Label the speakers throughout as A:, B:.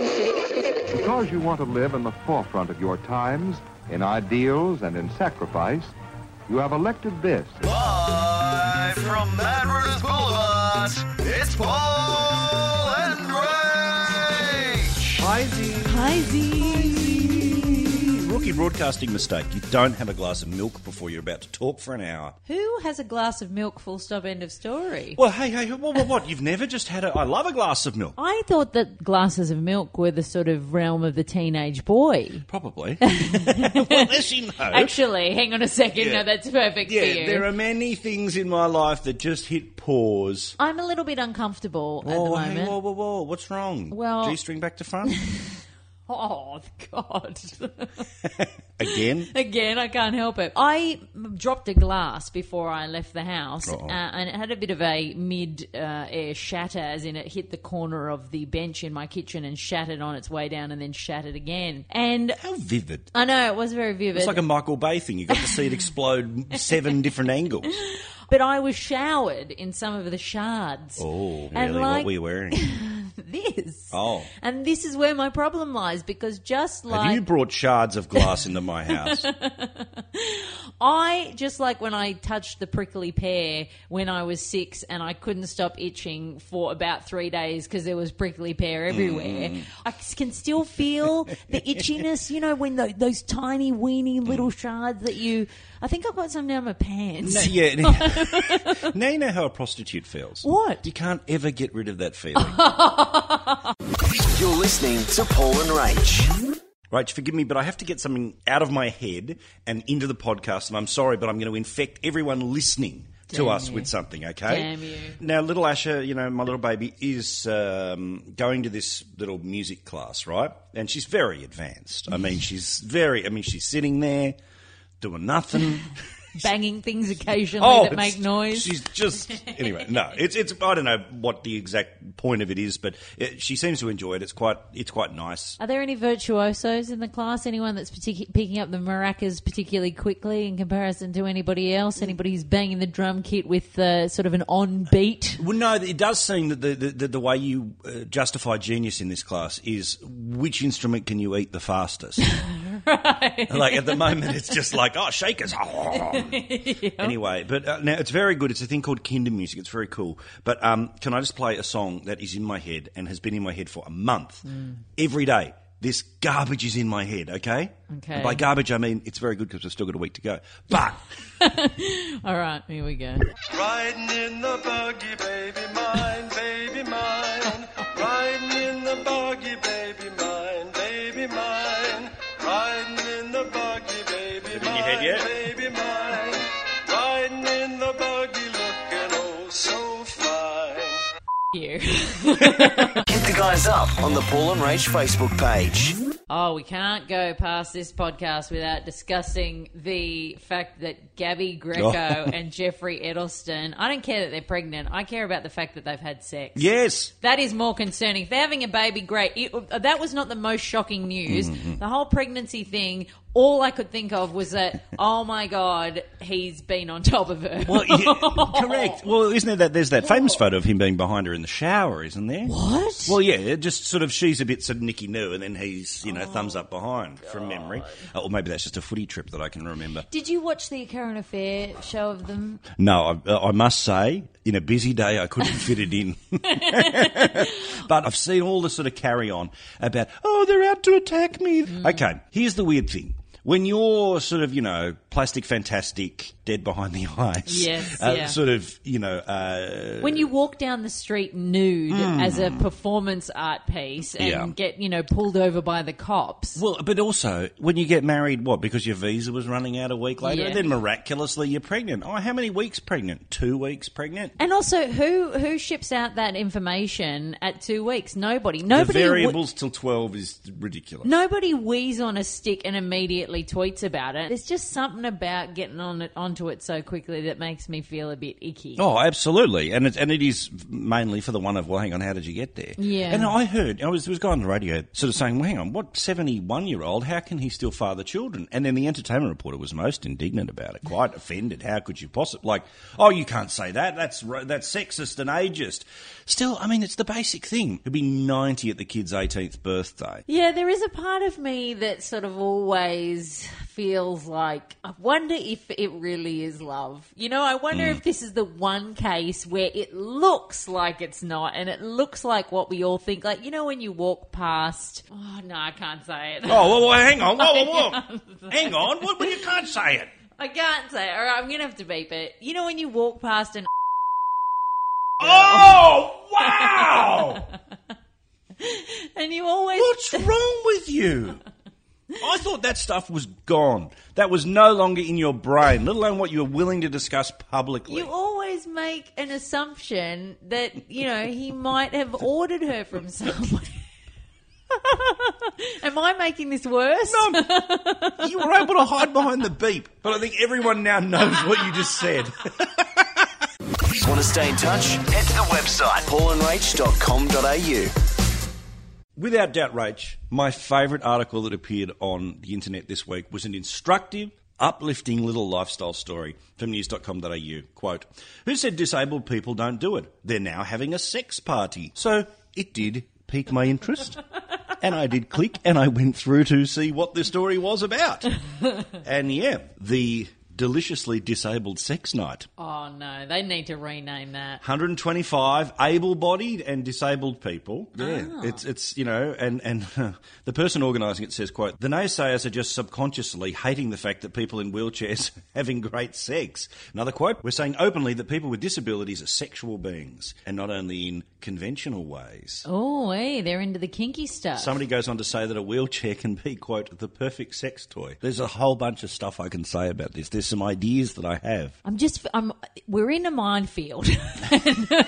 A: Because you want to live in the forefront of your times, in ideals and in sacrifice, you have elected this.
B: Live from Mad Runners Boulevard, it's Paul and Rage.
C: Hi, Z.
D: Rookie broadcasting mistake. You don't have a glass of milk before you're about to talk for an hour.
E: Who has a glass of milk? Full stop. End of story.
D: Well, hey, hey, what, what, what? You've never just had a. I love a glass of milk.
E: I thought that glasses of milk were the sort of realm of the teenage boy.
D: Probably. well, as you know.
E: Actually, hang on a second.
D: Yeah.
E: No, that's perfect
D: yeah,
E: for you.
D: there are many things in my life that just hit pause.
E: I'm a little bit uncomfortable at the
D: Oh, hey,
E: moment.
D: whoa, whoa, whoa. What's wrong?
E: Well-
D: G string back to front?
E: Oh God!
D: Again?
E: Again, I can't help it. I m- dropped a glass before I left the house, uh,
D: Uh-oh.
E: and it had a bit of a mid-air shatter, as in it hit the corner of the bench in my kitchen and shattered on its way down, and then shattered again. And
D: How vivid.
E: I know it was very vivid.
D: It's like a Michael Bay thing. You got to see it explode seven different angles.
E: But I was showered in some of the shards.
D: Oh, really?
E: And
D: what
E: like
D: were you wearing?
E: this.
D: Oh.
E: And this is where my problem lies because just
D: Have
E: like
D: you brought shards of glass into my house?
E: I just like when I touched the prickly pear when I was 6 and I couldn't stop itching for about 3 days because there was prickly pear everywhere.
D: Mm.
E: I c- can still feel the itchiness, you know, when tho- those tiny
D: Mm.
E: weeny little shards that you I think I've got some down my pants.
D: No, yeah. now you know how a prostitute feels.
E: What?
D: You can't ever get rid of that feeling.
B: You're listening to Paul and Rage.
D: right, forgive me, but I have to get something out of my head and into the podcast, and I'm sorry, but I'm going to infect everyone listening. to
E: Damn
D: us
E: you.
D: with something, okay?
E: Damn you.
D: Now, little Asher, you know, my little baby is um, going to this little music class, right? And she's very advanced. I mean, she's very, I mean, she's sitting there doing nothing.
E: Banging things occasionally that
D: Oh, it's-
E: make noise.
D: She's just anyway. No, it's it's. I don't know what the exact point of it is, but it, she seems to enjoy it. It's quite it's quite nice.
E: Are there any virtuosos in the class? Anyone that's partic- picking up the maracas particularly quickly in comparison to anybody else? Anybody who's banging the drum kit with uh, sort of an on beat?
D: Well, no, it does seem that the the, the, the way you uh, justify genius in this class is which instrument can you eat the fastest. Like at the moment, it's just like oh shakers. Anyway, but uh, now it's very good. It's a thing called Kinder Music. It's very cool. But um, can I just play a song that is in my head and has been in my head for a month every day? This garbage is in my head. Okay.
E: Okay.
D: And by garbage, I mean it's very good because we've still got a week to go. But
E: All right, here we go.
B: Riding in the buggy, baby mine, baby mine. Riding in the buggy, baby mine, baby mine. Riding in the buggy, baby
D: in
B: mine,
D: your head yet?
B: baby mine. Riding in the buggy, looking oh so fine.
E: You.
F: Hit the guys up on the Paul and Rage Facebook page.
E: Oh, we can't go past this podcast without discussing the fact that Gabby Greco
D: Oh.
E: and Jeffrey Edelston, I don't care that they're pregnant. I care about the fact that they've had sex.
D: yes,
E: That is more concerning. If they're having a baby, great. It, uh, that was not the most shocking news.
D: Mm,
E: The whole pregnancy thing, all I could think of was that, oh my God, he's been on top of her.
D: well, yeah, correct. Well, isn't there that? There's that famous photo of him being behind her in the shower, isn't there?
E: What?
D: Well, yeah, it just sort of she's a bit sort of Nicky New, and then he's you know thumbs up behind
E: Oh,
D: from memory, Uh, or maybe that's just a footy trip that I can remember.
E: Did you watch the Current Affair show of them?
D: Uh, No, I, I must say, in a busy day, I couldn't fit it in. but I've seen all the sort of carry on about oh they're out to attack me.
E: Mm.
D: Okay, here's the weird thing. When you're sort of, you know, plastic fantastic, dead behind the eyes,
E: Yes,
D: uh,
E: yeah.
D: sort of, you know, uh,
E: When you walk down the street nude as a performance art piece and
D: Mm. Yeah.
E: get, you know, pulled over by the cops.
D: Well, but also when you get married, what? Because your visa was running out a week later,
E: Yeah.
D: and then miraculously you're pregnant. Oh, how many weeks pregnant? Two weeks pregnant.
E: And also, who who ships out that information at two weeks? Nobody. Nobody.
D: the
E: would-
D: variables till twelve is ridiculous.
E: Nobody wheeze on a stick and immediately tweets about it. There's just something something about getting on it onto it so quickly that makes me feel a bit icky.
D: Oh, absolutely, and it, and it is mainly for the one of well, hang on, how did you get there?
E: Yeah.
D: and I heard I was there was a guy on the radio sort of saying, well, hang on, what seventy one year old? How can he still father children? And then the entertainment reporter was most indignant about it, quite offended. How could you possibly like? Oh, you can't say that. That's ro- that's sexist and ageist. Still, I mean, it's the basic thing. He'll be ninety at the kid's eighteenth birthday.
E: Yeah, there is a part of me that sort of always feels like I wonder if it really is love. You know, I wonder
D: Mm.
E: if this is the one case where it looks like it's not and it looks like what we all think. Like, you know, when you walk past, oh, no, I can't say it.
D: Oh, well, well, hang on, whoa, whoa, whoa, hang on. What? Well, you can't say it.
E: I can't say it. All right, I'm going to have to beep it. You know, when you walk past and
D: Oh, wow.
E: and you always.
D: What's wrong with you? I thought that stuff was gone. That was no longer in your brain, let alone what you were willing to discuss publicly.
E: You always make an assumption that, you know, he might have ordered her from somewhere. Am I making this worse?
D: you were able to hide behind the beep, but I think everyone now knows what you just said.
F: Want to stay in touch? Head to the website paulandrach.com.au.
D: Without doubt, Rach, my favourite article that appeared on the internet this week was an instructive, uplifting little lifestyle story from news.com.au. Quote Who said disabled people don't do it? They're now having a sex party. So it did pique my interest. And I did click and I went through to see what the story was about. and yeah, the deliciously disabled sex night.
E: Oh no, they need to rename that.
D: 125 able-bodied and disabled people. Yeah, it's it's you know, and and the person organising it says, "quote The naysayers are just subconsciously hating the fact that people in wheelchairs are having great sex." Another quote: "We're saying openly that people with disabilities are sexual beings, and not only in conventional ways."
E: Oh, hey, they're into the kinky stuff.
D: Somebody goes on to say that a wheelchair can be, quote, the perfect sex toy. There's a whole bunch of stuff I can say about this. There's some ideas that I have.
E: I'm just, I'm, we're in a minefield.
F: You're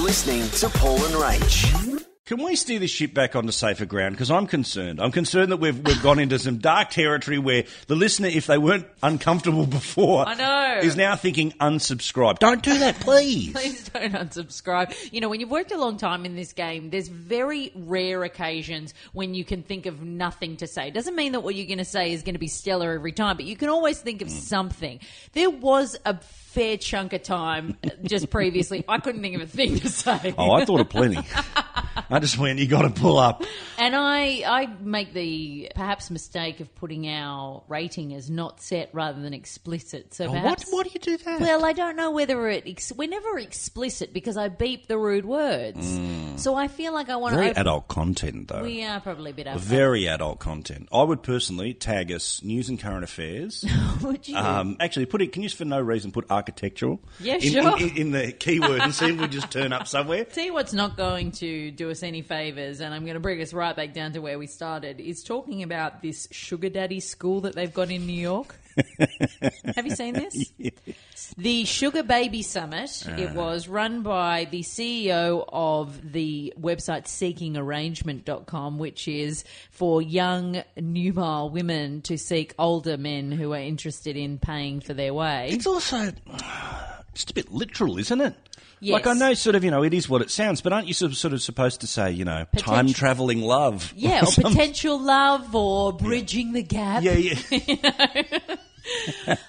F: listening to Paul and Rach.
D: Can we steer this ship back onto safer ground? Because I'm concerned. I'm concerned that we've, we've gone into some dark territory where the listener, if they weren't uncomfortable before,
E: I know.
D: is now thinking unsubscribe. Don't do that, please.
E: Please don't unsubscribe. You know, when you've worked a long time in this game, there's very rare occasions when you can think of nothing to say. Doesn't mean that what you're going to say is going to be stellar every time, but you can always think of something. There was a fair chunk of time uh, just previously I couldn't think of a thing to say.
D: Oh, I thought of plenty. I just went, you got to pull up.
E: And I, I make the perhaps mistake of putting our rating as not set rather than explicit. So
D: Oh, what,
E: perhaps,
D: why do you do that?
E: well, I don't know whether it. Ex- we're never explicit because I beep the rude words. So I feel like I want
D: Mm. Very
E: to.
D: adult content, though.
E: We are probably a bit up.
D: Very adult content. I would personally tag us news and current affairs.
E: Would you?
D: Um, actually, put it. Can you just for no reason put architectural?
E: Yeah,
D: in,
E: sure.
D: In, in, in the keyword and see if we just turn up somewhere.
E: See what's not going to do us any favors, and I'm going to bring us right back down to where we started. Is talking about this sugar daddy school that they've got in New York. Have you seen this? The Sugar Baby Summit.
D: Uh.
E: It was run by the CEO of the website seekingarrangement.com, which is for young nubile women to seek older men who are interested in paying for their way.
D: It's also just a bit literal, isn't it?
E: Yes.
D: Like I know, sort of, you know, it is what it sounds, but aren't you sort of- sort of supposed to say, you know, time traveling love?
E: Yeah, or
D: Some-
E: potential love or bridging the gap.
D: Yeah, yeah.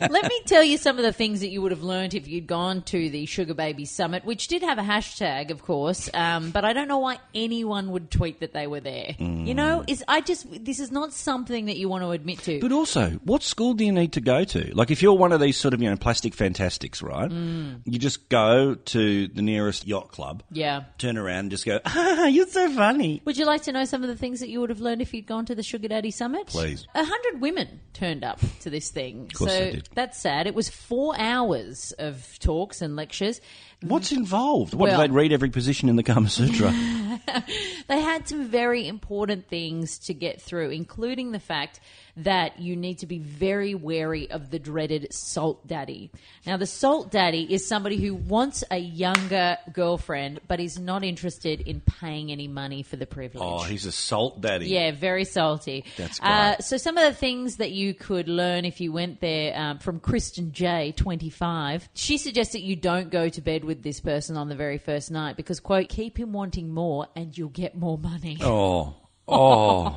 E: Let me tell you some of the things that you would have learned if you'd gone to the Sugar Baby Summit, which did have a hashtag, of course. Um, but I don't know why anyone would tweet that they were there.
D: Mm.
E: You know, is I just this is not something that you want to admit to.
D: But also, what school do you need to go to? Like, if you're one of these sort of, you know, plastic fantastics, right?
E: Mm.
D: You just go to the nearest yacht club,
E: yeah.
D: turn around, and just go, ah, you're so funny.
E: Would you like to know some of the things that you would have learned if you'd gone to the Sugar Daddy Summit?
D: Please.
E: A hundred women turned up to this thing.
D: course
E: so
D: they did.
E: that's sad. It was four hours of talks and lectures.
D: What's involved? What,
E: Mm. Well-
D: do they read every position in the Kama Sutra?
E: They had some very important things to get through, including the fact that you need to be very wary of the dreaded salt daddy. Now, the salt daddy is somebody who wants a younger girlfriend, but is not interested in paying any money for the privilege.
D: oh, he's a salt daddy.
E: Yeah, very salty.
D: That's
E: Uh,
D: great.
E: so some of the things that you could learn if you went there um, from Kristen J, 25. She suggests that you don't go to bed with this person on the very first night because, quote, keep him wanting more and you'll get more money.
D: Oh. Oh.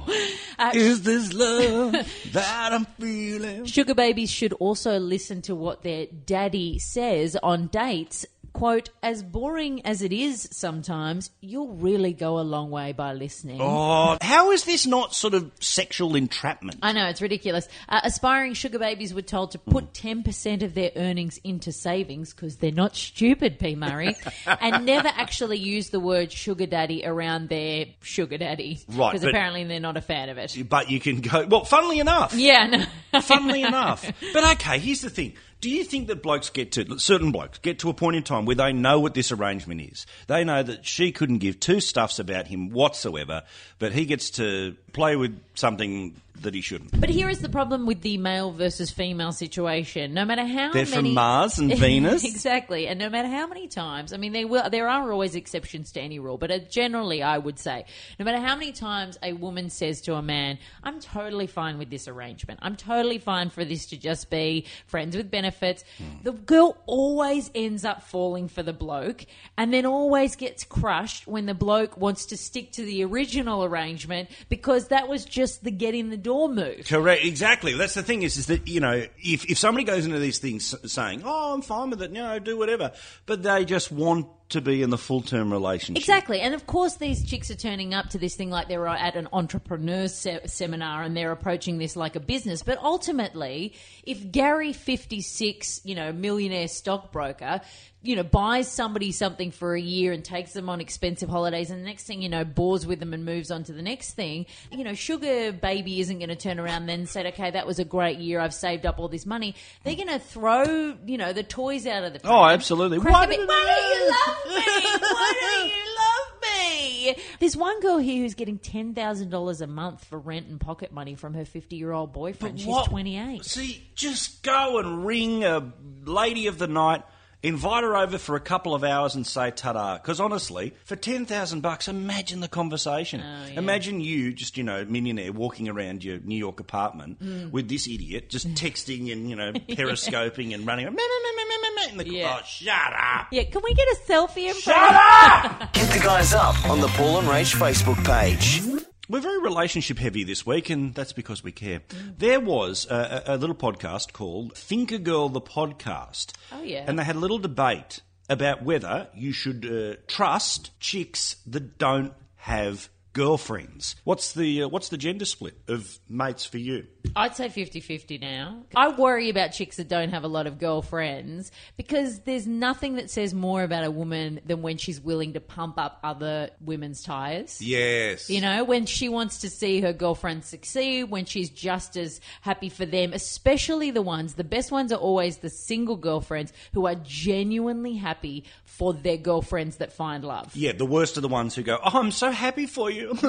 E: Uh,
D: Is this love that I'm feeling?
E: Sugar babies should also listen to what their daddy says on dates. Quote, as boring as it is sometimes, you'll really go a long way by listening.
D: Oh, how is this not sort of sexual entrapment?
E: I know, it's ridiculous. Uh, aspiring sugar babies were told to put 10% of their earnings into savings because they're not stupid, P. Murray, and never actually use the word sugar daddy around their sugar daddy.
D: Right,
E: Because
D: but-
E: apparently they're not a fan of it.
D: but you can go. Well, funnily enough.
E: Yeah, no.
D: Funnily enough. But okay, here's the thing. Do you think that blokes get to, certain blokes get to a point in time where they know what this arrangement is? They know that she couldn't give two stuffs about him whatsoever, but he gets to play with something that he shouldn't.
E: But here is the problem with the male versus female situation. No matter how
D: They're
E: many,
D: from Mars and Venus?
E: exactly, and no matter how many times, I mean, there will there are always exceptions to any rule, but uh, generally, I would say, no matter how many times a woman says to a man, "I'm totally fine with this arrangement. I'm totally fine for this to just be friends with benefits,"
D: Hmm.
E: the girl always ends up falling for the bloke, and then always gets crushed when the bloke wants to stick to the original arrangement because that was just the get in the door move.
D: Correct. Exactly. That's the thing is, is that you know, if if somebody goes into these things s- saying, "Oh, I'm fine with it," you know, do whatever, but they just want to be in the full term relationship.
E: Exactly. And of course, these chicks are turning up to this thing like they're at an entrepreneur se- seminar and they're approaching this like a business. But ultimately, if Gary 56, you know, millionaire stockbroker, you know, buys somebody something for a year and takes them on expensive holidays, and the next thing you know, bores with them and moves on to the next thing, you know, Sugar Baby isn't going to turn around then and say, okay, that was a great year. I've saved up all this money. They're going to throw, you know, the toys out of the
D: Oh, absolutely.
E: Crack
D: Why
E: a bit-
D: did-
E: Why don't you love me? Why don't you love me? There's one girl here who's getting ten thousand dollars a month for rent and pocket money from her fifty-year-old boyfriend. She's
D: What-
E: twenty-eight.
D: See, just go and ring a lady of the night. Invite her over for a couple of hours and say ta-da. Because honestly, for ten thousand bucks, imagine the conversation.
E: Oh,
D: Imagine you just you know millionaire walking around your New York apartment
E: Mm.
D: with this idiot just texting and you know periscoping and running. around, "Meh, meh, meh, meh, meh, meh," in the-
E: Yeah.
D: Oh, shut up!
E: Yeah, can we get a selfie? In front
D: Shut up!
F: Hit the guys up on the Paul and Rach Facebook page.
D: We're very relationship heavy this week, and that's because we care. There was a, a, a little podcast called Thinker Girl the Podcast.
E: Oh, yeah.
D: And they had a little debate about whether you should uh, trust chicks that don't have girlfriends. What's the uh, what's the gender split of mates for you?
E: I'd say 50-50 now. I worry about chicks that don't have a lot of girlfriends because there's nothing that says more about a woman than when she's willing to pump up other women's tires.
D: Yes.
E: You know, when she wants to see her girlfriend succeed, when she's just as happy for them, especially the ones, the best ones are always the single girlfriends who are genuinely happy for their girlfriends that find love.
D: Yeah, the worst are the ones who go, "Oh, I'm so happy for you."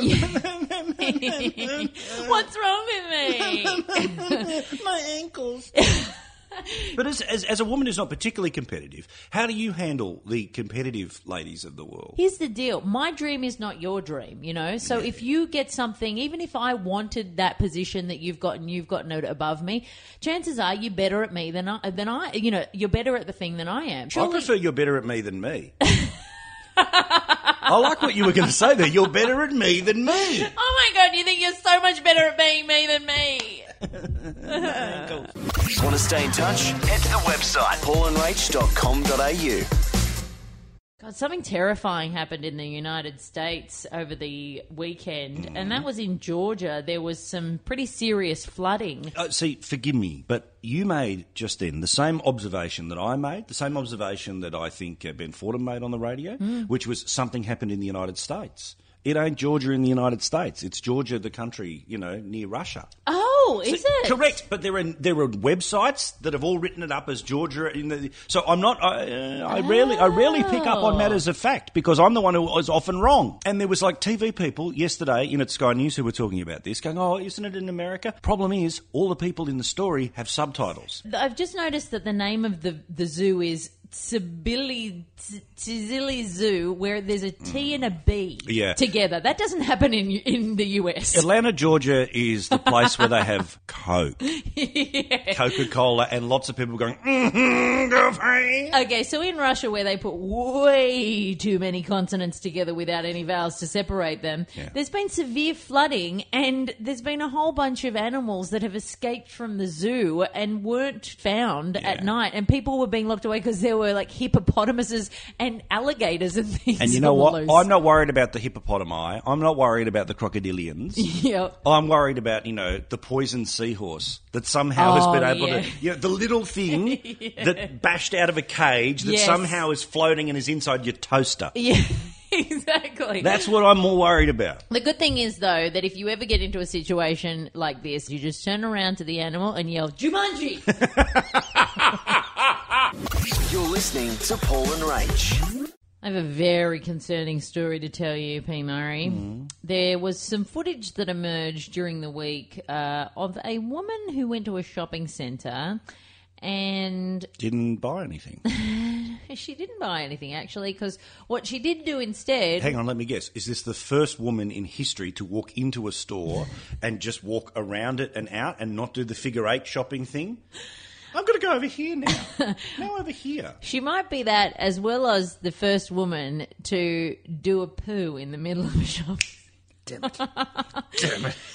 E: What's wrong with me?
D: my ankles. but as, as, as a woman who's not particularly competitive, how do you handle the competitive ladies of the world?
E: Here's the deal. My dream is not your dream, you know? So if you get something, even if I wanted that position that you've got and you've gotten it above me, chances are you're better at me than I, than I, you know, you're better at the thing than I am.
D: I
E: Surely-
D: prefer you're better at me than me. I like what you were going to say there. You're better at me than me.
E: Oh my god, you think you're so much better at being me than me?
F: Want to stay in touch? Head to the website paulandrach.com.au.
E: God, something terrifying happened in the United States over the weekend, and that was in Georgia. There was some pretty serious flooding.
D: Uh, see, forgive me, but you made just then the same observation that I made, the same observation that I think uh, Ben Fordham made on the radio, which was something happened in the United States. It ain't Georgia in the United States. It's Georgia, the country, you know, near Russia.
E: Oh, Oh, is it?
D: Correct, but there are there are websites that have all written it up as Georgia. In the, so I'm not. I, uh, I rarely I rarely pick up on
E: Oh.
D: matters of fact because I'm the one who is often wrong. And there was like TV people yesterday in at Sky News who were talking about this, going, "Oh, isn't it in America?" Problem is, all the people in the story have subtitles.
E: I've just noticed that the name of the the zoo is Tbilisi Tzili Zoo, where there's a T and a B
D: Yeah.
E: together. That doesn't happen in in the US.
D: Atlanta, Georgia is the place where they have Coke, Coca Cola, and lots of people going, mm-hmm, girlfriend.
E: Okay, so in Russia, where they put way too many consonants together without any vowels to separate them,
D: Yeah.
E: there's been severe flooding, and there's been a whole bunch of animals that have escaped from the zoo and weren't found at
D: Yeah.
E: night, and people were being locked away because there were like hippopotamuses and alligators and things.
D: And you know what?
E: on the loose.
D: I'm not worried about the hippopotami. I'm not worried about the crocodilians.
E: Yeah.
D: Oh, I'm worried about, you know, the poisoned seahorse that somehow has
E: Oh,
D: been able
E: yeah.
D: to, you know, the little thing that bashed out of a cage that
E: Yes.
D: somehow is floating and is inside your toaster.
E: Yeah. Exactly.
D: That's what I'm more worried about.
E: The good thing is, though, that if you ever get into a situation like this, you just turn around to the animal and yell, Jumanji!
F: You're listening to Paul and Rach.
E: I have a very concerning story to tell you, P. Murray.
D: Mm-hmm.
E: There was some footage that emerged during the week uh, of a woman who went to a shopping centre and
D: Didn't buy anything.
E: she didn't buy anything, actually, because what she did do instead.
D: Hang on, let me guess. Is this the first woman in history to walk into a store and just walk around it and out and not do the figure eight shopping thing? I've got to go over here now. now over here.
E: She might be that as well as the first woman to do a poo in the middle of a shop.
D: Damn it. Damn it.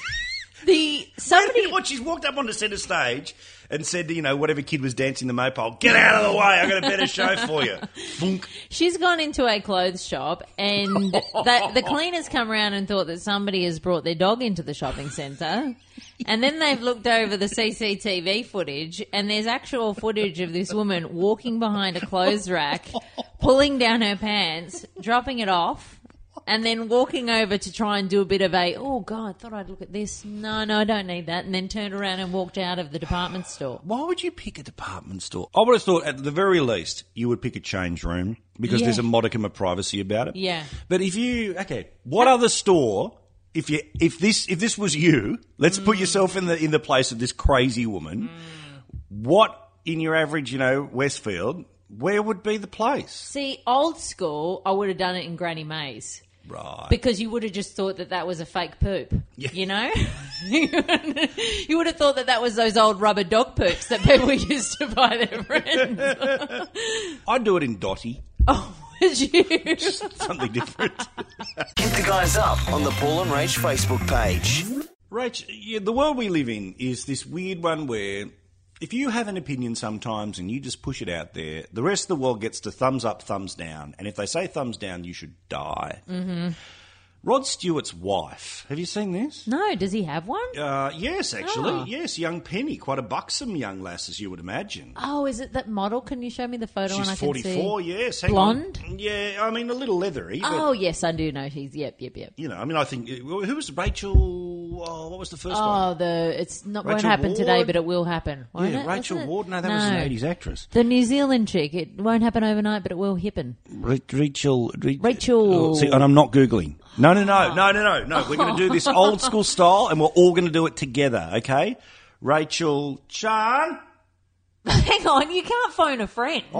E: The somebody
D: What she's walked up on the centre stage and said to, you know, whatever kid was dancing the maypole, get out of the way, I've got a better show for you. Boonk.
E: She's gone into a clothes shop and the, the cleaners come around and thought that somebody has brought their dog into the shopping centre. And then they've looked over the CCTV footage and there's actual footage of this woman walking behind a clothes rack, pulling down her pants, dropping it off. And then walking over to try and do a bit of a, oh God, thought I'd look at this. No, no, I don't need that. And then turned around and walked out of the department store.
D: Why would you pick a department store? I would have thought at the very least you would pick a change room because
E: Yeah.
D: there's a modicum of privacy about it.
E: Yeah.
D: But if you okay, what other store if you if this if this was you, let's put
E: Mm.
D: yourself in the in the place of this crazy woman.
E: Mm.
D: What in your average, you know, Westfield, where would be the place?
E: See, old school, I would have done it in Granny Mays.
D: Right.
E: because you would have just thought that that was a fake poop.
D: Yeah.
E: You know, you would have thought that that was those old rubber dog poops that people used to buy their friends.
D: I'd do it in Dotty.
E: Oh, would you?
D: Something different.
F: Hit the guys up on the Paul and Rach Facebook page.
D: Rach, yeah, the world we live in is this weird one where if you have an opinion sometimes and you just push it out there, the rest of the world gets to thumbs up, thumbs down. And if they say thumbs down, you should die. Mm-hmm. Rod Stewart's wife. Have you seen this?
E: No, does he have one?
D: Uh, yes, actually.
E: Mm-hmm. Ah.
D: Yes, young Penny. Quite a buxom young lass, as you would imagine.
E: Oh, is it that model? Can you show me the photo? and I
D: She's
E: can
D: 44,
E: See?
D: yes. Hang
E: Blonde?
D: On. Yeah, I mean, a little leathery. But,
E: Oh yes, I do know she's. Yep, yep, yep.
D: You know, I mean, I think. Who was Rachel? Oh, what was the first one?
E: Oh, the it's not won't
D: Rachel
E: happen today,
D: Ward?
E: but it will happen. Won't
D: Yeah,
E: it?
D: Rachel
E: Wasn't it?
D: Ward. No, that was an 80s actress.
E: The New Zealand chick. It won't happen overnight, but it will happen.
D: Ra- Rachel. Ra-
E: Rachel.
D: Oh, see, and I'm not Googling. No, no, no, no, no, no, no. We're going to do this old school style and we're all going to do it together, okay? Rachel Chan.
E: Hang on, you can't phone a friend.
D: Oh,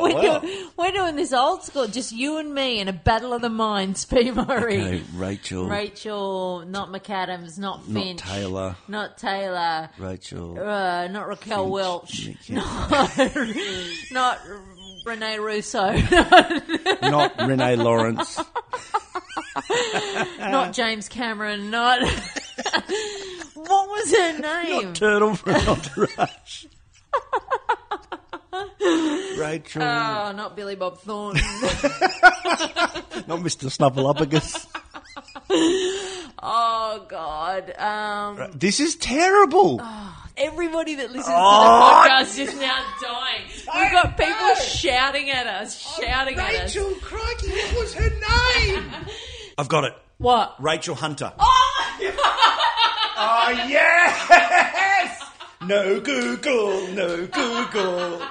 D: oh,
E: we're,
D: oh well.
E: doing, we're doing this old school, just you and me in a battle of the minds, P. Murray.
D: Okay, Rachel.
E: Rachel, not McAdams, not
D: Not
E: Finch.
D: Taylor.
E: Not Taylor.
D: Rachel.
E: Uh, not Raquel Welch. Not Renee Russo.
D: Not Renee Lawrence.
E: not James Cameron. Not. what was her name?
D: Turtle from Entourage. Rachel.
E: oh, not Billy Bob Thornton.
D: Not Mr. Snuffleupagus.
E: oh, God. Um,
D: this is terrible.
E: Everybody that listens
D: Oh.
E: to the podcast is now dying. We've got people shouting at us,
D: Oh,
E: shouting at us.
D: Crikey, what was her name? I've got it.
E: What?
D: Rachel Hunter. Oh, yes! No Google, no Google.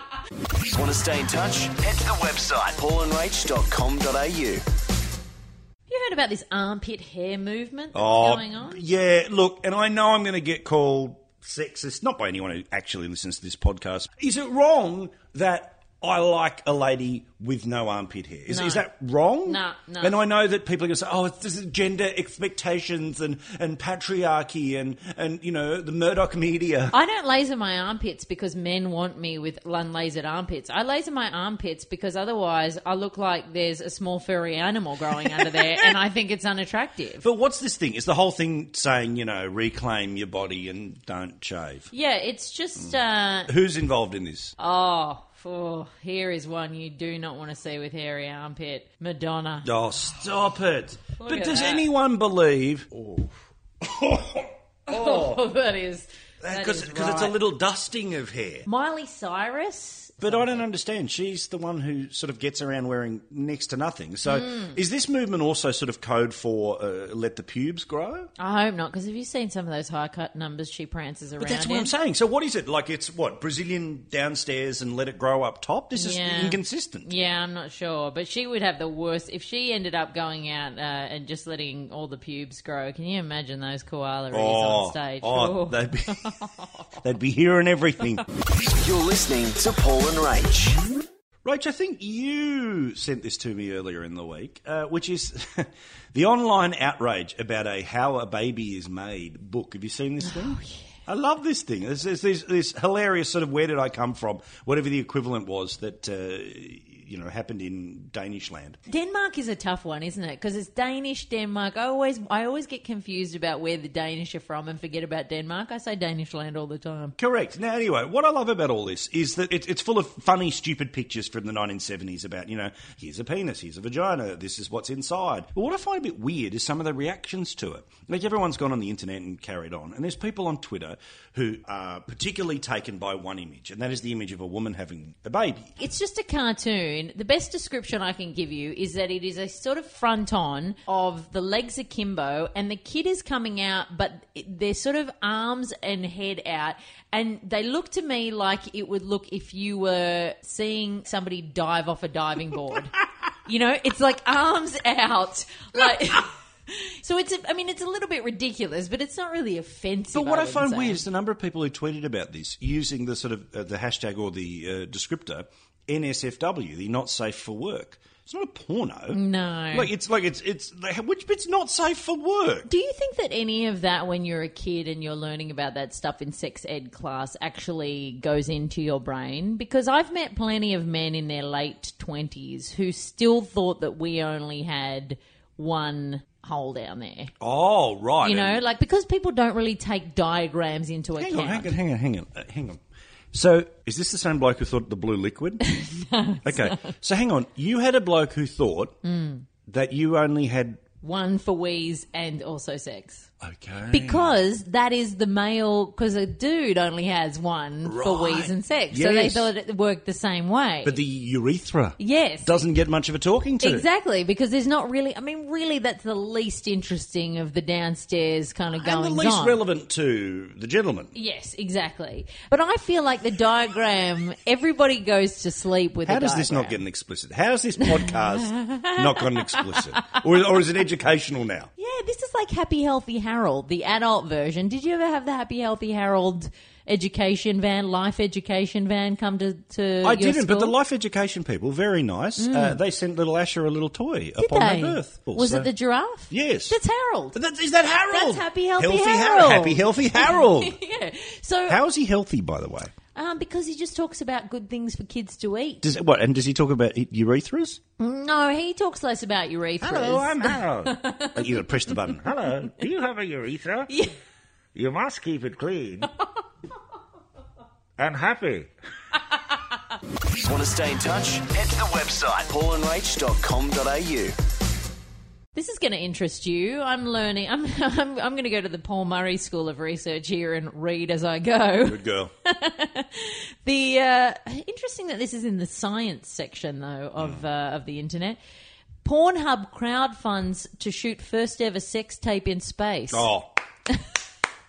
F: Want to stay in touch? Head to the website paulandrach.com.au.
E: You heard about this armpit hair movement that's
D: Oh,
E: going on?
D: Yeah, look, and I know I'm going to get called sexist, not by anyone who actually listens to this podcast. Is it wrong that I like a lady with no armpit hair? Is,
E: No.
D: is that wrong?
E: No, no.
D: And I know that people are going to say, oh, it's this is gender expectations and, and patriarchy and, and, you know, the Murdoch media.
E: I don't laser my armpits because men want me with unlasered armpits. I laser my armpits because otherwise I look like there's a small furry animal growing under there and I think it's unattractive.
D: But what's this thing? Is the whole thing saying, you know, reclaim your body and don't shave?
E: Yeah, it's just, uh,
D: Who's involved in this?
E: oh, oh, here is one you do not want to see with hairy armpit Madonna.
D: Oh, stop it. but
E: at
D: does
E: that.
D: anyone believe.
E: Oh, that is. that
D: Because
E: is
D: it's a
E: right.
D: little dusting of hair.
E: Miley Cyrus.
D: But I don't understand. She's the one who sort of gets around wearing next to nothing. So
E: Hmm.
D: is this movement also sort of code for uh, let the pubes grow?
E: I hope not, because have you seen some of those high cut numbers she prances around?
D: But that's what I'm
E: in?
D: saying. So what is it? Like it's what? Brazilian downstairs and let it grow up top? This is
E: Yeah.
D: inconsistent.
E: Yeah, I'm not sure, but she would have the worst if she ended up going out uh, and just letting all the pubes grow. Can you imagine those koala rees on stage?
D: oh,
E: Ooh.
D: they'd be they'd be hearing everything.
F: You're listening to Paul and Rach.
D: Rach, I think you sent this to me earlier in the week, uh, which is the online outrage about a How a Baby is Made book. Have you seen this thing? I love this thing. There's, there's, this this hilarious sort of where did I come from, whatever the equivalent was that, uh, you know, happened in Danish land.
E: Denmark is a tough one, isn't it? Because it's Danish, Denmark. I always, I always get confused about where the Danish are from and forget about Denmark. I say Danish land all the time.
D: Correct. Now, anyway, what I love about all this is that it, it's full of funny, stupid pictures from the 1970s about, you know, here's a penis, here's a vagina, this is what's inside. But what I find a bit weird is some of the reactions to it. Like, everyone's gone on the internet and carried on, and there's people on Twitter who are particularly taken by one image, and that is the image of a woman having a baby.
E: It's just a cartoon. The best description I can give you is that it is a sort of front on of the legs akimbo, and the kid is coming out, but they're sort of arms and head out. And they look to me like it would look if you were seeing somebody dive off a diving board. you know, it's like arms out. Like. So it's, a, I mean, it's a little bit ridiculous, but it's not really offensive.
D: But what I,
E: wouldn't
D: find
E: say.
D: weird is the number of people who tweeted about this using the sort of uh, the hashtag or the uh, descriptor NSFW, the not safe for work. It's not a porno.
E: No.
D: Like it's like it's it's like, which bit's not safe for work.
E: Do you think that any of that, when you're a kid and you're learning about that stuff in sex ed class, actually goes into your brain? Because I've met plenty of men in their late 20s who still thought that we only had one hole down there.
D: Oh right.
E: You know,
D: And-
E: like because people don't really take diagrams into
D: hang
E: account.
D: on, hang on, hang on, hang on, uh, hang on. So is this the same bloke who thought the blue liquid? okay. So hang on. You had a bloke who thought
E: Mm.
D: that you only had
E: One for wheeze and also sex.
D: okay
E: Because that is the male, because a dude only has one for
D: Right.
E: wheeze and sex. So they
D: Yes.
E: thought it worked the same way.
D: But the urethra
E: yes.
D: doesn't get much of a talking to.
E: Exactly, because there's not really. I mean, really, that's the least interesting of the downstairs kind of
D: And
E: going
D: the least
E: on.
D: relevant to the gentleman.
E: Yes, exactly. But I feel like the diagram. Everybody goes to sleep with.
D: How
E: a
D: does this not get
E: diagram.
D: an explicit? How has this podcast not gotten explicit? Or, or is it educational now?
E: Yeah, this is like Happy Healthy Harold, the adult version. Did you ever have the Happy Healthy Harold education van, life education van, come to to?
D: I
E: your
D: didn't, but the
E: school? Mm.
D: life education people, very nice. Uh, they sent little Asher a little toy
E: Did
D: upon
E: they?
D: her birth.
E: Was
D: So-
E: it the giraffe?
D: Yes.
E: that's Harold.
D: But that, is that Harold?
E: That's Happy Healthy
D: Har-
E: Harold.
D: Happy Healthy Harold.
E: yeah. So,
D: How is he healthy, by the way?
E: um, because he just talks about good things for kids to eat.
D: Does what? And does he talk about e- urethras?
E: No, he talks less about urethras.
D: Harold. like Oh, you press the button. Hello.
C: Do you have a urethra?
E: Yeah.
C: You must keep it clean and happy.
F: Want to stay in touch? Head to the website paulandrach.com.au.
E: This is going to interest you. I'm learning. I'm, I'm, I'm going to go to the Paul Murray School of Research here and read as I go.
D: Good girl.
E: The uh, interesting that this is in the science section though of
D: Hmm.
E: uh, of the internet. Pornhub crowdfunds to shoot first ever sex tape in space.
D: Oh.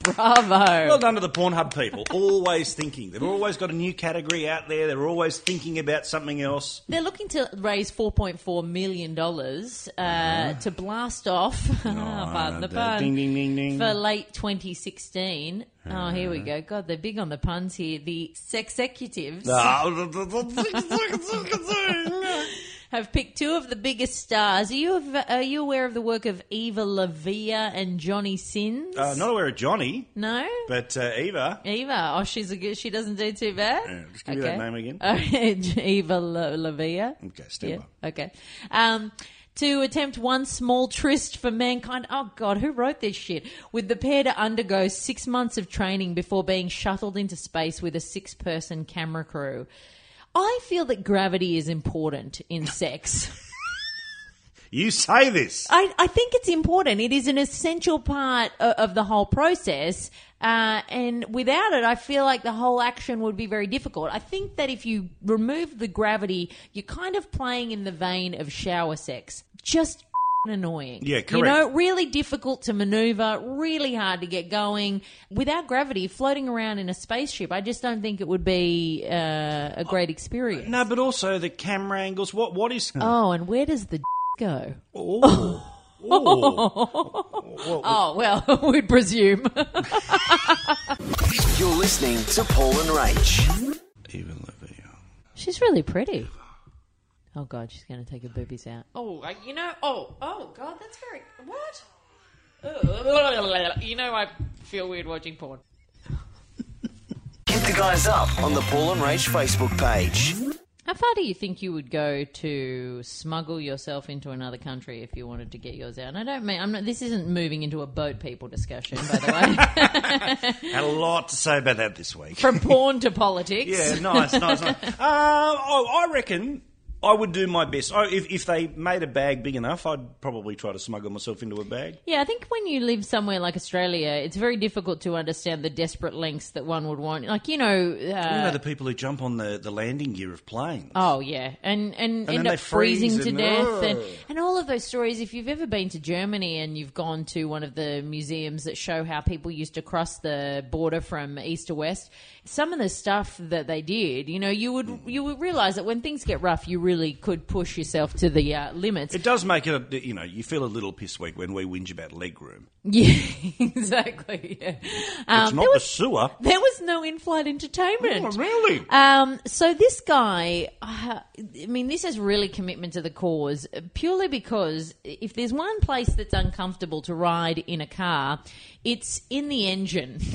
E: Bravo.
D: Well done to the Pornhub people. Always thinking. They've always got a new category out there. They're always thinking about something else.
E: They're looking to raise $4.4 million uh, to blast off, pardon the
D: Uh-huh. Oh, the
E: pun,
D: ding, ding, ding, ding. Uh-huh.
E: for late 2016. Oh, here we go. God, they're big on the puns here. The sexecutives
D: Ah.
E: have picked two of the biggest stars. Are you, av- are you aware of the work of Eva LaVia and Johnny Sins?
D: Uh, not aware of Johnny,
E: no?
D: but uh, Eva.
E: Eva. Oh, she's a good, she doesn't do too bad.
D: Yeah, just give me that name again.
E: again. Eva La- LaVia.
D: Okay, stand by.
E: Okay. Um, to attempt one small tryst for mankind. Oh God, who wrote this shit? With the pair to undergo six months of training before being shuttled into space with a six-person camera crew. I feel that gravity is important in sex.
D: You say this.
E: I, I think it's important. It is an essential part of, of the whole process. Uh, and without it, I feel like the whole action would be very difficult. I think that if you remove the gravity, you're kind of playing in the vein of shower sex. Just f***ing annoying.
D: Yeah,
E: You know,
D: correct.
E: really difficult to maneuver, really hard to get going. Without gravity, floating around in a spaceship, I just don't think it would be uh, a great experience.
D: No, but also the camera angles. What? What is?
E: Oh, and where does the go?
D: Oh. Oh.
E: Oh, well, we presume.
F: You're listening to Paul and Rach.
D: Eva Levia.
E: She's really pretty. Oh god, she's going to take her boobies out. Oh, I- you know. Oh, oh god, that's very what. Ugh. You know, I feel weird watching porn.
F: Hit the guys up on the Paul and Rach Facebook page.
E: How far do you think you would go to smuggle yourself into another country if you wanted to get yours out? And I don't mean I'm not. This isn't moving into a boat people discussion, by the way.
D: Had a lot to say about that this week.
E: From porn to politics.
D: Yeah, nice, nice, nice. Uh, oh, I reckon I would do my best. Oh, if, if they made a bag big enough, I'd probably try to smuggle myself into a bag.
E: Yeah, I think when you live somewhere like Australia, it's very difficult to understand the desperate lengths that one would want. Like you know, uh,
D: you know, the people who jump on the, the landing gear of planes.
E: Oh yeah, and and,
D: then
E: end
D: they
E: up freezing
D: freeze
E: to
D: and-
E: death,
D: Ugh.
E: and and all of those stories. If you've ever been to Germany and you've gone to one of the museums that show how people used to cross the border from east to west, some of the stuff that they did, you know, you would you would realize that when things get rough, you really could push yourself to the uh, limits.
D: It does make it, a, you know, you feel a little piss weak when we whinge about leg room.
E: yeah, exactly. Yeah.
D: It's not
E: Um, there
D: the
E: was
D: sewer.
E: there was no in-flight entertainment.
D: Oh, really?
E: Um, so this guy, uh, I mean, this is really commitment to the cause, uh, purely because if there's one place that's uncomfortable to ride in a car, it's in the engine.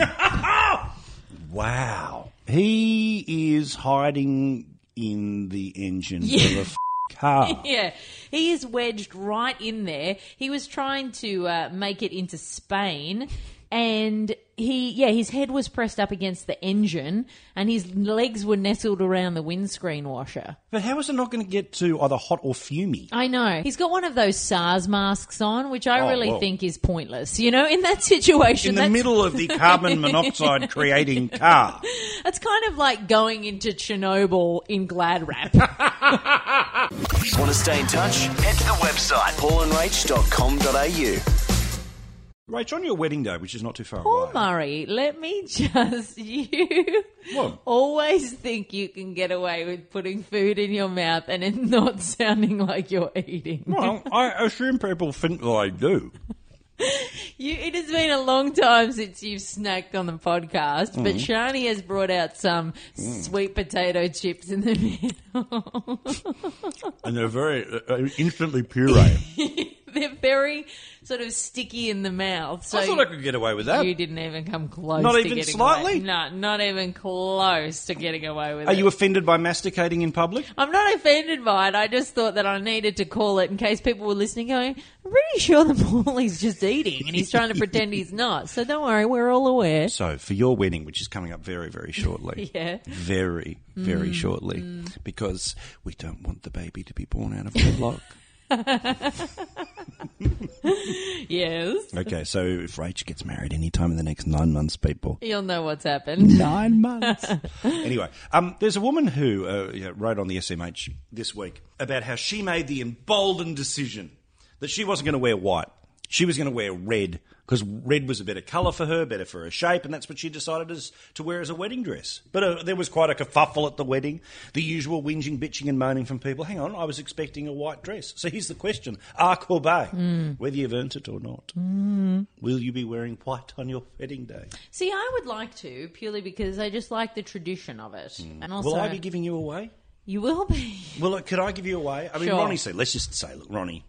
D: Wow. He is hiding in the engine of a f- car.
E: yeah, he is wedged right in there. He was trying to uh, make it into Spain. And he, yeah, his head was pressed up against the engine, and his legs were nestled around the windscreen washer.
D: But how is it not going to get to either hot or fumey?
E: I know. He's got one of those SARS masks on, which I
D: Oh,
E: really
D: whoa.
E: think is pointless. You know, in that situation,
D: In the
E: that's,
D: middle of the carbon monoxide creating car.
E: that's kind of like going into Chernobyl in glad wrap.
F: Want to stay in touch? Head to the website paulandrach.com.au.
D: Rach, on your wedding day, which is not too far
E: Paul
D: away.
E: Oh, Murray, let me just you
D: What?
E: always think you can get away with putting food in your mouth and it not sounding like you're eating.
D: Well, I assume people think that I do.
E: You, it has been a long time since you've snacked on the podcast,
D: Mm.
E: but Shani has brought out some sweet potato chips in the middle.
D: And they're very uh, instantly puree.
E: They're very sort of sticky in the mouth. So
D: I thought I could get away with that.
E: you didn't even come close.
D: Not
E: to
D: even
E: getting
D: slightly?
E: Away. No, not even close to getting away with
D: Are
E: it.
D: you offended by masticating in public?
E: I'm not offended by it. I just thought that I needed to call it in case people were listening going, I'm pretty sure the Paulie's just eating and he's trying to pretend he's not. So don't worry, we're all aware.
D: So, for your wedding, which is coming up very, very shortly.
E: Yeah.
D: Very, very shortly. Because we don't want the baby to be born out of wedlock.
E: Yes.
D: okay, so if Rach gets married any time in the next nine months, people.
E: You'll know what's happened.
D: Nine months. anyway, um, there's a woman who uh, yeah, wrote on the SMH this week about how she made the emboldened decision that she wasn't going to wear white. She was going to wear red because red was a better colour for her, better for her shape, and that's what she decided as, to wear as a wedding dress. But uh, there was quite a kerfuffle at the wedding. The usual whinging, bitching, and moaning from people. Hang on, I was expecting a white dress. So here's the question: A Corbet, whether you've earned it or not, will you be wearing white on your wedding day?
E: See, I would like to purely because I just like the tradition of it, and also
D: will Hmm. I be giving you away?
E: you will be.
D: Well, look, could I give you away? I mean,
E: Sure.
D: Ronnie said, let's just say, look, Ronnie.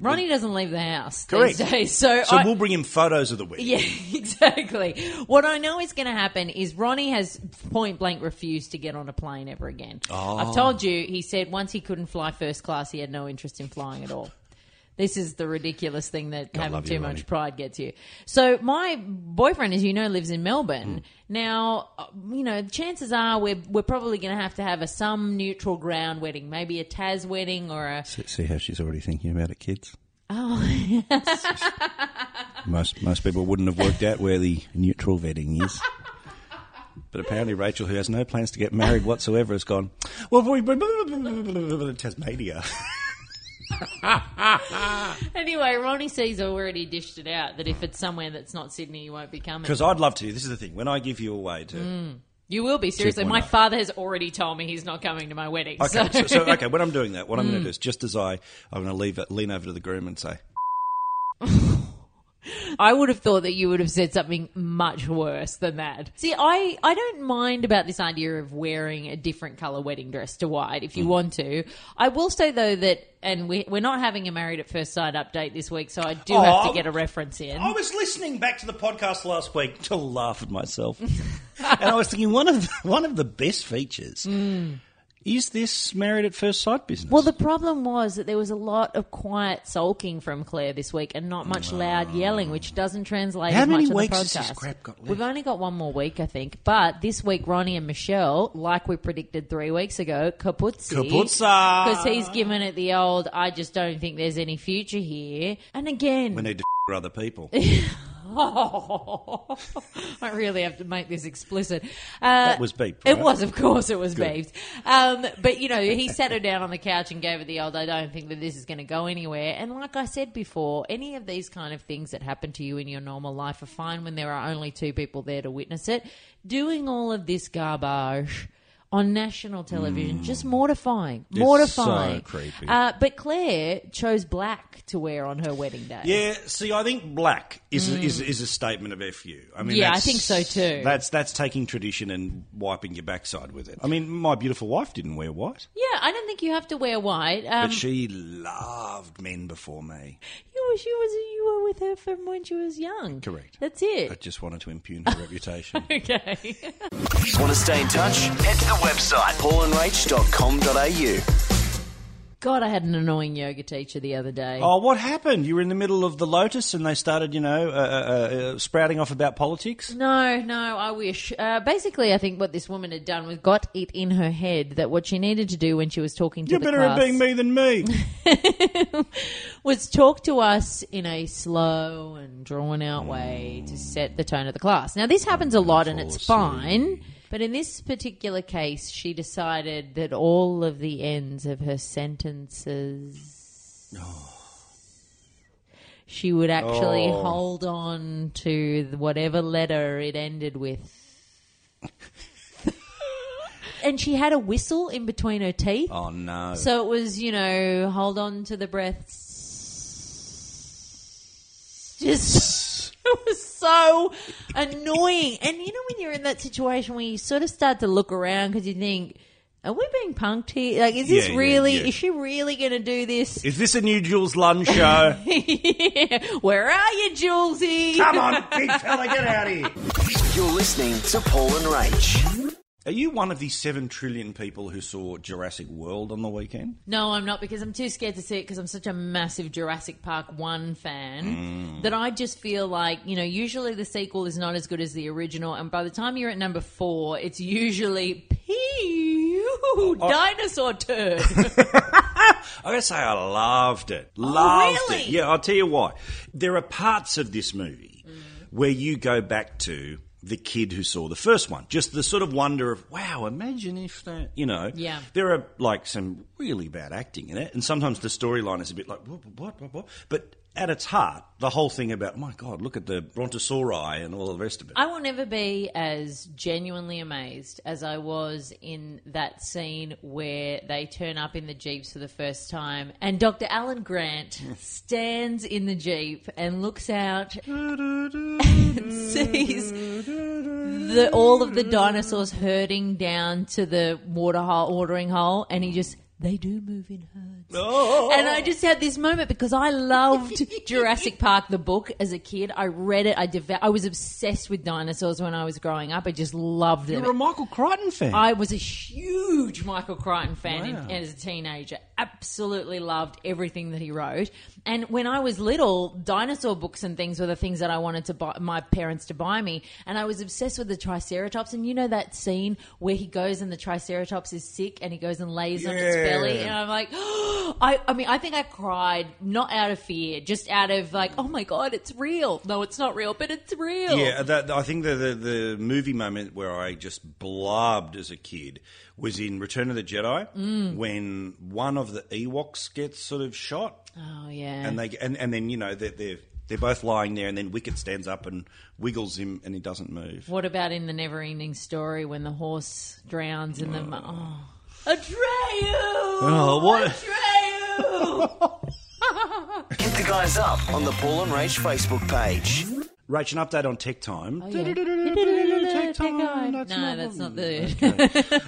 E: Ronnie doesn't leave the house
D: Correct.
E: these days, so,
D: So
E: I,
D: we'll bring him photos of the wedding.
E: Yeah, exactly. What I know is going to happen is Ronnie has point blank refused to get on a plane ever again.
D: Oh.
E: I've told you, he said once he couldn't fly first class, he had no interest in flying at all. This is the ridiculous thing that having
D: love
E: too
D: you,
E: much
D: Ronnie.
E: pride gets you. So my boyfriend, as you know, lives in
D: Hmm.
E: Melbourne. Now, uh, you know, chances are we're we're probably going to have to have a some neutral ground wedding, maybe a Taz wedding or a
D: See how she's already thinking about it, kids? Oh, most, most people wouldn't have worked out where the neutral vetting is. But apparently, Rachel, who has no plans to get married whatsoever, has gone, well, we- Tasmania.
E: Anyway, Ronnie sees already dished it out that if it's somewhere that's not Sydney, you won't be coming.
D: Because I'd love to. This is the thing. When I give you away to.
E: Mm. You will be seriously. My
D: 2.0.
E: father has already told me he's not coming to my wedding.
D: Okay,
E: so.
D: so, so, okay, when I'm doing that, what I'm
E: Mm.
D: going to do is just as I, I'm going to leave, it- lean over to the groom and say,
E: I would have thought that you would have said something much worse than that. See, I, I don't mind about this idea of wearing a different color wedding dress to white if
D: Hmm.
E: you want to. I will say though that, and we, we're not having a married at first sight update this week, so I do have to
D: Oh.
E: get a reference in.
D: I was listening back to the podcast last week to laugh at myself, and I was thinking one of the, one of the best features is this married at first sight business.
E: Well, the problem was that there was a lot of quiet sulking from Claire this week, and not much loud yelling, which doesn't translate.
D: Ah. How
E: as
D: many
E: much on
D: weeks
E: the
D: has
E: podcast.
D: this crap got left?
E: We've only got one more week, I think. But this week, Ronnie and Michelle, like we predicted three weeks ago, kaputzi,
D: Kaputza.
E: because he's given it the old. I just don't think there's any future here. And again,
D: we need to for other people.
E: Oh, I really have to make this explicit. Uh,
D: That was beeped,
E: It
D: right?
E: was, of course, it was beeped. Um, but you know, he sat her down on the couch and gave her the old. I don't think that this is going to go anywhere. And like I said before, any of these kind of things that happen to you in your normal life are fine when there are only two people there to witness it. Doing all of this garbage. On national television, just mortifying, mortifying.
D: Mm. creepy.
E: Uh, but Claire chose black to wear on her wedding day.
D: Yeah, see, I think black is a, is, is a statement of fu. I mean,
E: Hmm. Yeah, I
D: that's-
E: think so too.
D: That's that's taking tradition and wiping your backside with it. I mean, my beautiful wife didn't wear white,
E: Yeah, I don't think you have to wear white. Um,
D: but she loved men before me.
E: you were, she was you were with her from when she was young.
D: Correct.
E: That's
D: I
E: it.
D: just wanted to impugn her reputation.
E: Okay.
F: Want to stay in touch? Head to the website paulandrach.com.au.
E: God, I had an annoying yoga teacher the other day.
D: Oh, what happened? You were in the middle of the lotus, and they started, you know, uh, uh, uh, sprouting off about politics.
E: No, no, I wish. Uh, basically, I think what this woman had done was got it in her head that what she needed to do when she was talking to
D: You're
E: the
D: better
E: class
D: at being me than me.
E: was talk to us in a slow and drawn out way to set the tone of the class. Now, this happens a lot and it's fine, but in this particular case, she decided that all of the ends of her sentences. She would actually hold on to whatever letter it ended with. and she had a whistle in between her teeth.
D: oh no!
E: So it was, you know, hold on to the breath. Just it was so annoying. And you know when you're in that situation where you sort of start to look around because you think, are we being punked here? Like, is this
D: Yeah, yeah,
E: really?
D: yeah.
E: Is she really going to do this?
D: Is this a new Jules Lunn show?
E: Where are you, Julesy?
D: Come on, big fella, get out of here!
F: You're listening to Paul and Rach.
D: Are you one of the seven trillion people who saw Jurassic World on the weekend?
E: No, I'm not because I'm too scared to see it because I'm such a massive Jurassic Park 1 fan that I just feel like, you know, usually the sequel is not as good as the original. And by the time you're at number four, it's usually pew, dinosaur turd.
D: I gotta say, I loved it. Loved
E: really?
D: it. Yeah, I'll tell you why. There are parts of this movie where you go back to the kid who saw the first one. Just the sort of wonder of, wow, imagine if that, you know.
E: Yeah.
D: There are like some really bad acting in it, and sometimes the storyline is a bit like, what, what, what, what? But at its heart, the whole thing about, oh my God, look at the brontosauri and all the rest of it.
E: I will never be as genuinely amazed as I was in that scene where they turn up in the Jeeps for the first time and Dr. Alan Grant stands in the Jeep and looks out and sees the, all of the dinosaurs herding down to the water hole, watering hole, and he just, they do move in herds. And I just had this moment because I loved Jurassic Park the book as a kid. I read it. I dev- I was obsessed with dinosaurs when I was growing up. I just loved them.
D: You're a Michael Crichton fan.
E: I was a huge Michael Crichton fan in- as a teenager. Absolutely loved everything that he wrote. And when I was little, dinosaur books and things were the things that I wanted to buy my parents to buy me. And I was obsessed with the Triceratops. And you know that scene where he goes and the Triceratops is sick and he goes and lays on its
D: Yeah.
E: belly. And I'm like, I, I mean, I think I cried not out of fear, just out of like, oh my god, it's real. No, it's not real, but it's real.
D: Yeah, that, I think the, the the movie moment where I just blobbed as a kid was in Return of the Jedi
E: Mm.
D: when one of the Ewoks gets sort of shot,
E: Oh yeah.
D: and they and, and then you know they're, they're they're both lying there, and then Wicket stands up and wiggles him, and he doesn't move.
E: What about in the Never-Ending Story when the horse drowns in the mu- oh. Atreyu? Oh,
D: what-
E: Atreyu!
F: Hit the guys up on the Paul and Rach Facebook page.
D: Rach, an update on Tech Time.
E: Tech
D: Tech
E: Time.
D: Time.
E: Oh, No, that's not the-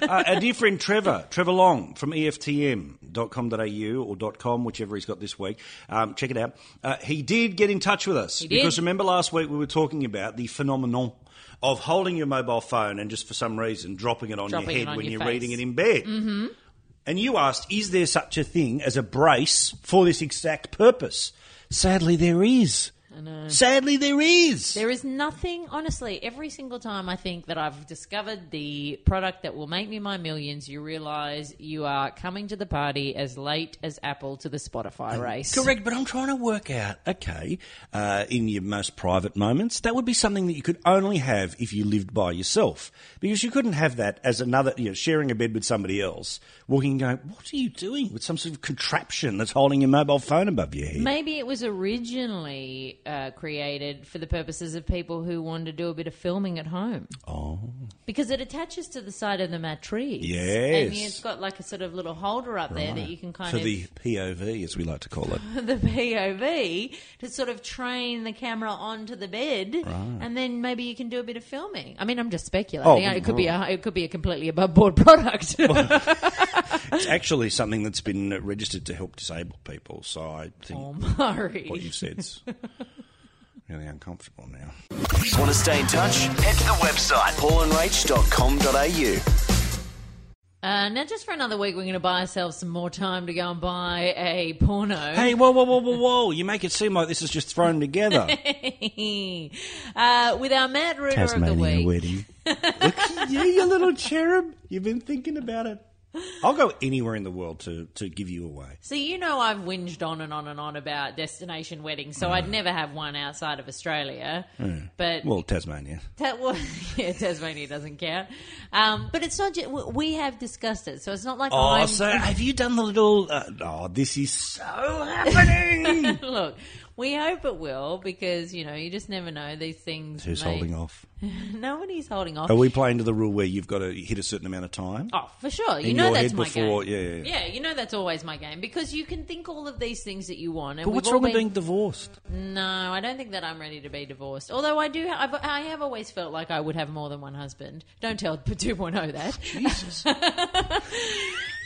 D: uh, our dear friend Trevor, Trevor Long from E EFTM.com.au or .com, whichever he's got this week. Um, check it out. Uh, he did get in touch with us
E: did.
D: because remember last week we were talking about the phenomenon of holding your mobile phone and just for some reason dropping it on
E: Dropping it
D: your head
E: on
D: when
E: your
D: you're
E: face.
D: reading it in bed. Mm-hmm. And you asked, is there such a thing as a brace for this exact purpose? Sadly, there is. I know. Sadly, there is.
E: There is nothing, honestly, every single time I think that I've discovered the product that will make me my millions, you realize you are coming to the party as late as Apple to the Spotify race.
D: Correct, but I'm trying to work out. Okay, uh, in your most private moments, that would be something that you could only have if you lived by yourself, because you couldn't have that as another, you know, sharing a bed with somebody else, walking and going, "What are you doing?" with some sort of contraption that's holding your mobile phone above your head.
E: Maybe it was originally uh, created for the purposes of people who wanted to do a bit of filming at home. Oh. Because it attaches to the side of the mattress.
D: Yes.
E: And it's got like a sort of little holder up there that you can kind
D: for
E: of,
D: the POV, as we like to call it.
E: the POV, to sort of train the camera onto the bed. And then maybe you can do a bit of filming. I mean, I'm just speculating.
D: Oh,
E: it, could be a, it could be a completely above board product.
D: It's actually something that's been uh, registered to help disabled people. So I think
E: oh,
D: what
E: Murray.
D: you've said's really uncomfortable now.
F: Want to stay in touch? Head to the website paulandrach.com.au.
E: Uh, now, just for another week, we're going to buy ourselves some more time to go and buy a porno.
D: Hey, whoa, whoa, whoa, whoa, whoa! You make it seem like this is just thrown together.
E: uh, with our mad rooter of the week.
D: wedding. Look at you, you little cherub. You've been thinking about it. I'll go anywhere in the world to, to give you away.
E: So you know I've whinged on and on and on about destination weddings, so I'd never have one outside of Australia. But
D: Well, Tasmania.
E: that was yeah, Tasmania doesn't count. Um, but it's not just we have discussed it, so it's not like
D: Oh,
E: I'm
D: so have you done the little? Uh, oh, this is so happening.
E: look. We hope it will because you know you just never know these things.
D: Who's
E: may-
D: holding Oh, off?
E: Nobody's holding off.
D: Are we playing to the rule where you've got to hit a certain amount of time?
E: Oh, for sure. You
D: In
E: know
D: your
E: that's
D: head
E: my
D: before-
E: game.
D: yeah, yeah, yeah.
E: you know that's always my game because you can think all of these things that you want. And
D: but
E: we've
D: what's
E: all
D: wrong with
E: been-
D: being divorced?
E: No, I don't think that I'm ready to be divorced. Although I do, I've, I have always felt like I would have more than one husband. Don't tell 2.0 that. Jesus.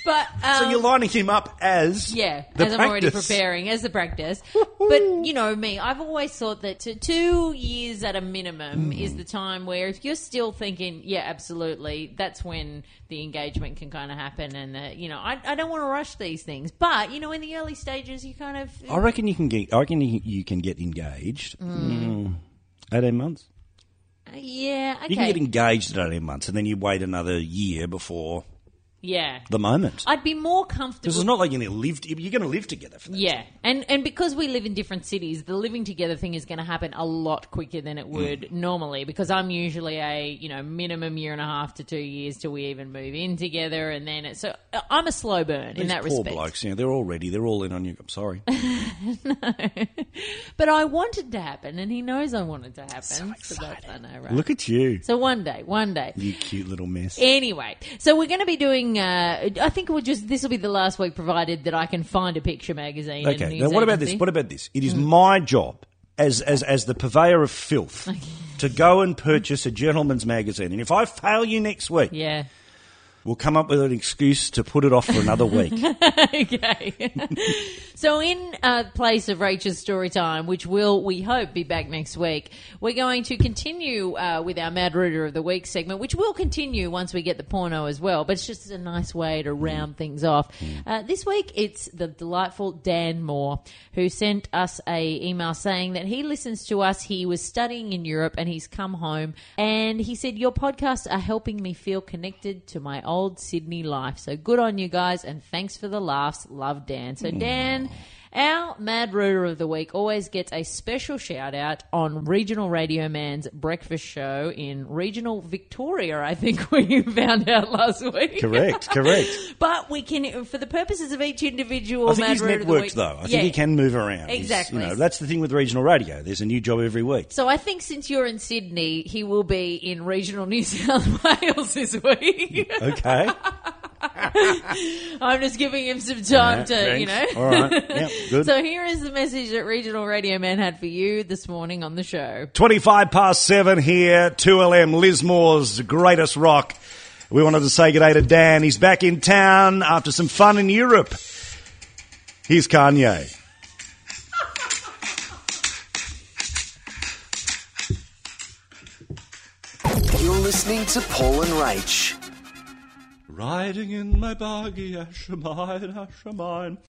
E: but um,
D: so you're lining him up as
E: yeah,
D: the
E: as I'm already
D: practice.
E: preparing as the practice. but you know me, I've always thought that to two years at a
D: Hmm.
E: minimum is the time where if you're still thinking, yeah, absolutely, that's when the engagement can kind of happen. And uh, you know, I, I don't want to rush these things, but you know, in the early stages, you kind of
D: I reckon you can get. I reckon you you can get engaged. Mm. Eighteen months.
E: yeah, okay.
D: You can get engaged at 18 months and then you wait another year before
E: Yeah.
D: the moment.
E: I'd be more comfortable.
D: Because it's not like you're going to live. You're going to live together for that.
E: Yeah, and and because we live in different cities, the living together thing is going to happen a lot quicker than
D: Mm.
E: it would normally. Because I'm usually a you know minimum year and a half to two years till we even move in together, and then it's so I'm a slow burn in
D: These
E: that
D: poor
E: respect.
D: blokes, you know, they're all ready. They're all in on you. I'm sorry.
E: But I wanted to happen, and he knows I wanted to happen. So, that's I know, right?
D: Look at you,
E: so one day, one day,
D: you cute little mess.
E: Anyway, so we're going to be doing. Uh, I think we'll just this will be the last week, provided that I can find a picture magazine. and
D: Okay.
E: news
D: Now, what about
E: agency. Hmm.
D: this? What about this? It is my job as as as the purveyor of filth to go and purchase a gentleman's magazine. And if I fail you next week,
E: yeah.
D: we'll come up with an excuse to put it off for another week.
E: okay. so, in uh, place of Rachel's story time, which will, we hope, be back next week, we're going to continue uh, with our Mad Rooter of the Week segment, which will continue once we get the porno as well. But it's just a nice way to round things off. Uh, this week, it's the delightful Dan Moore who sent us a email saying that he listens to us. He was studying in Europe and he's come home and he said, "Your podcasts are helping me feel connected to my old Sydney life. So good on you guys, and thanks for the laughs. Love Dan. So Dan." Our Mad Rooter of the Week always gets a special shout out on Regional Radio Man's breakfast show in regional Victoria, I think we found out last week.
D: correct. Correct.
E: But we can, for the purposes of each individual
D: I think
E: Mad
D: he's
E: Rooter of the Week.
D: networked though. I think
E: Yeah.
D: he can move around. He's-
E: Exactly.
D: you know, that's the thing with regional radio. There's a new job every week.
E: So I think since you're in Sydney, he will be in regional New South Wales this week.
D: Okay.
E: I'm just giving him some time to, you know.
D: Thanks. All right. Yeah. Good.
E: So here is the message that Regional Radio Man had for you this morning on the show.
D: 25 past 7 here, 2LM Lismore's greatest rock. We wanted to say good day to Dan. He's back in town after some fun in Europe. Here's Kanye.
F: You're listening to Paul and Rach.
D: Riding in my buggy, Ashamine, Ashamine.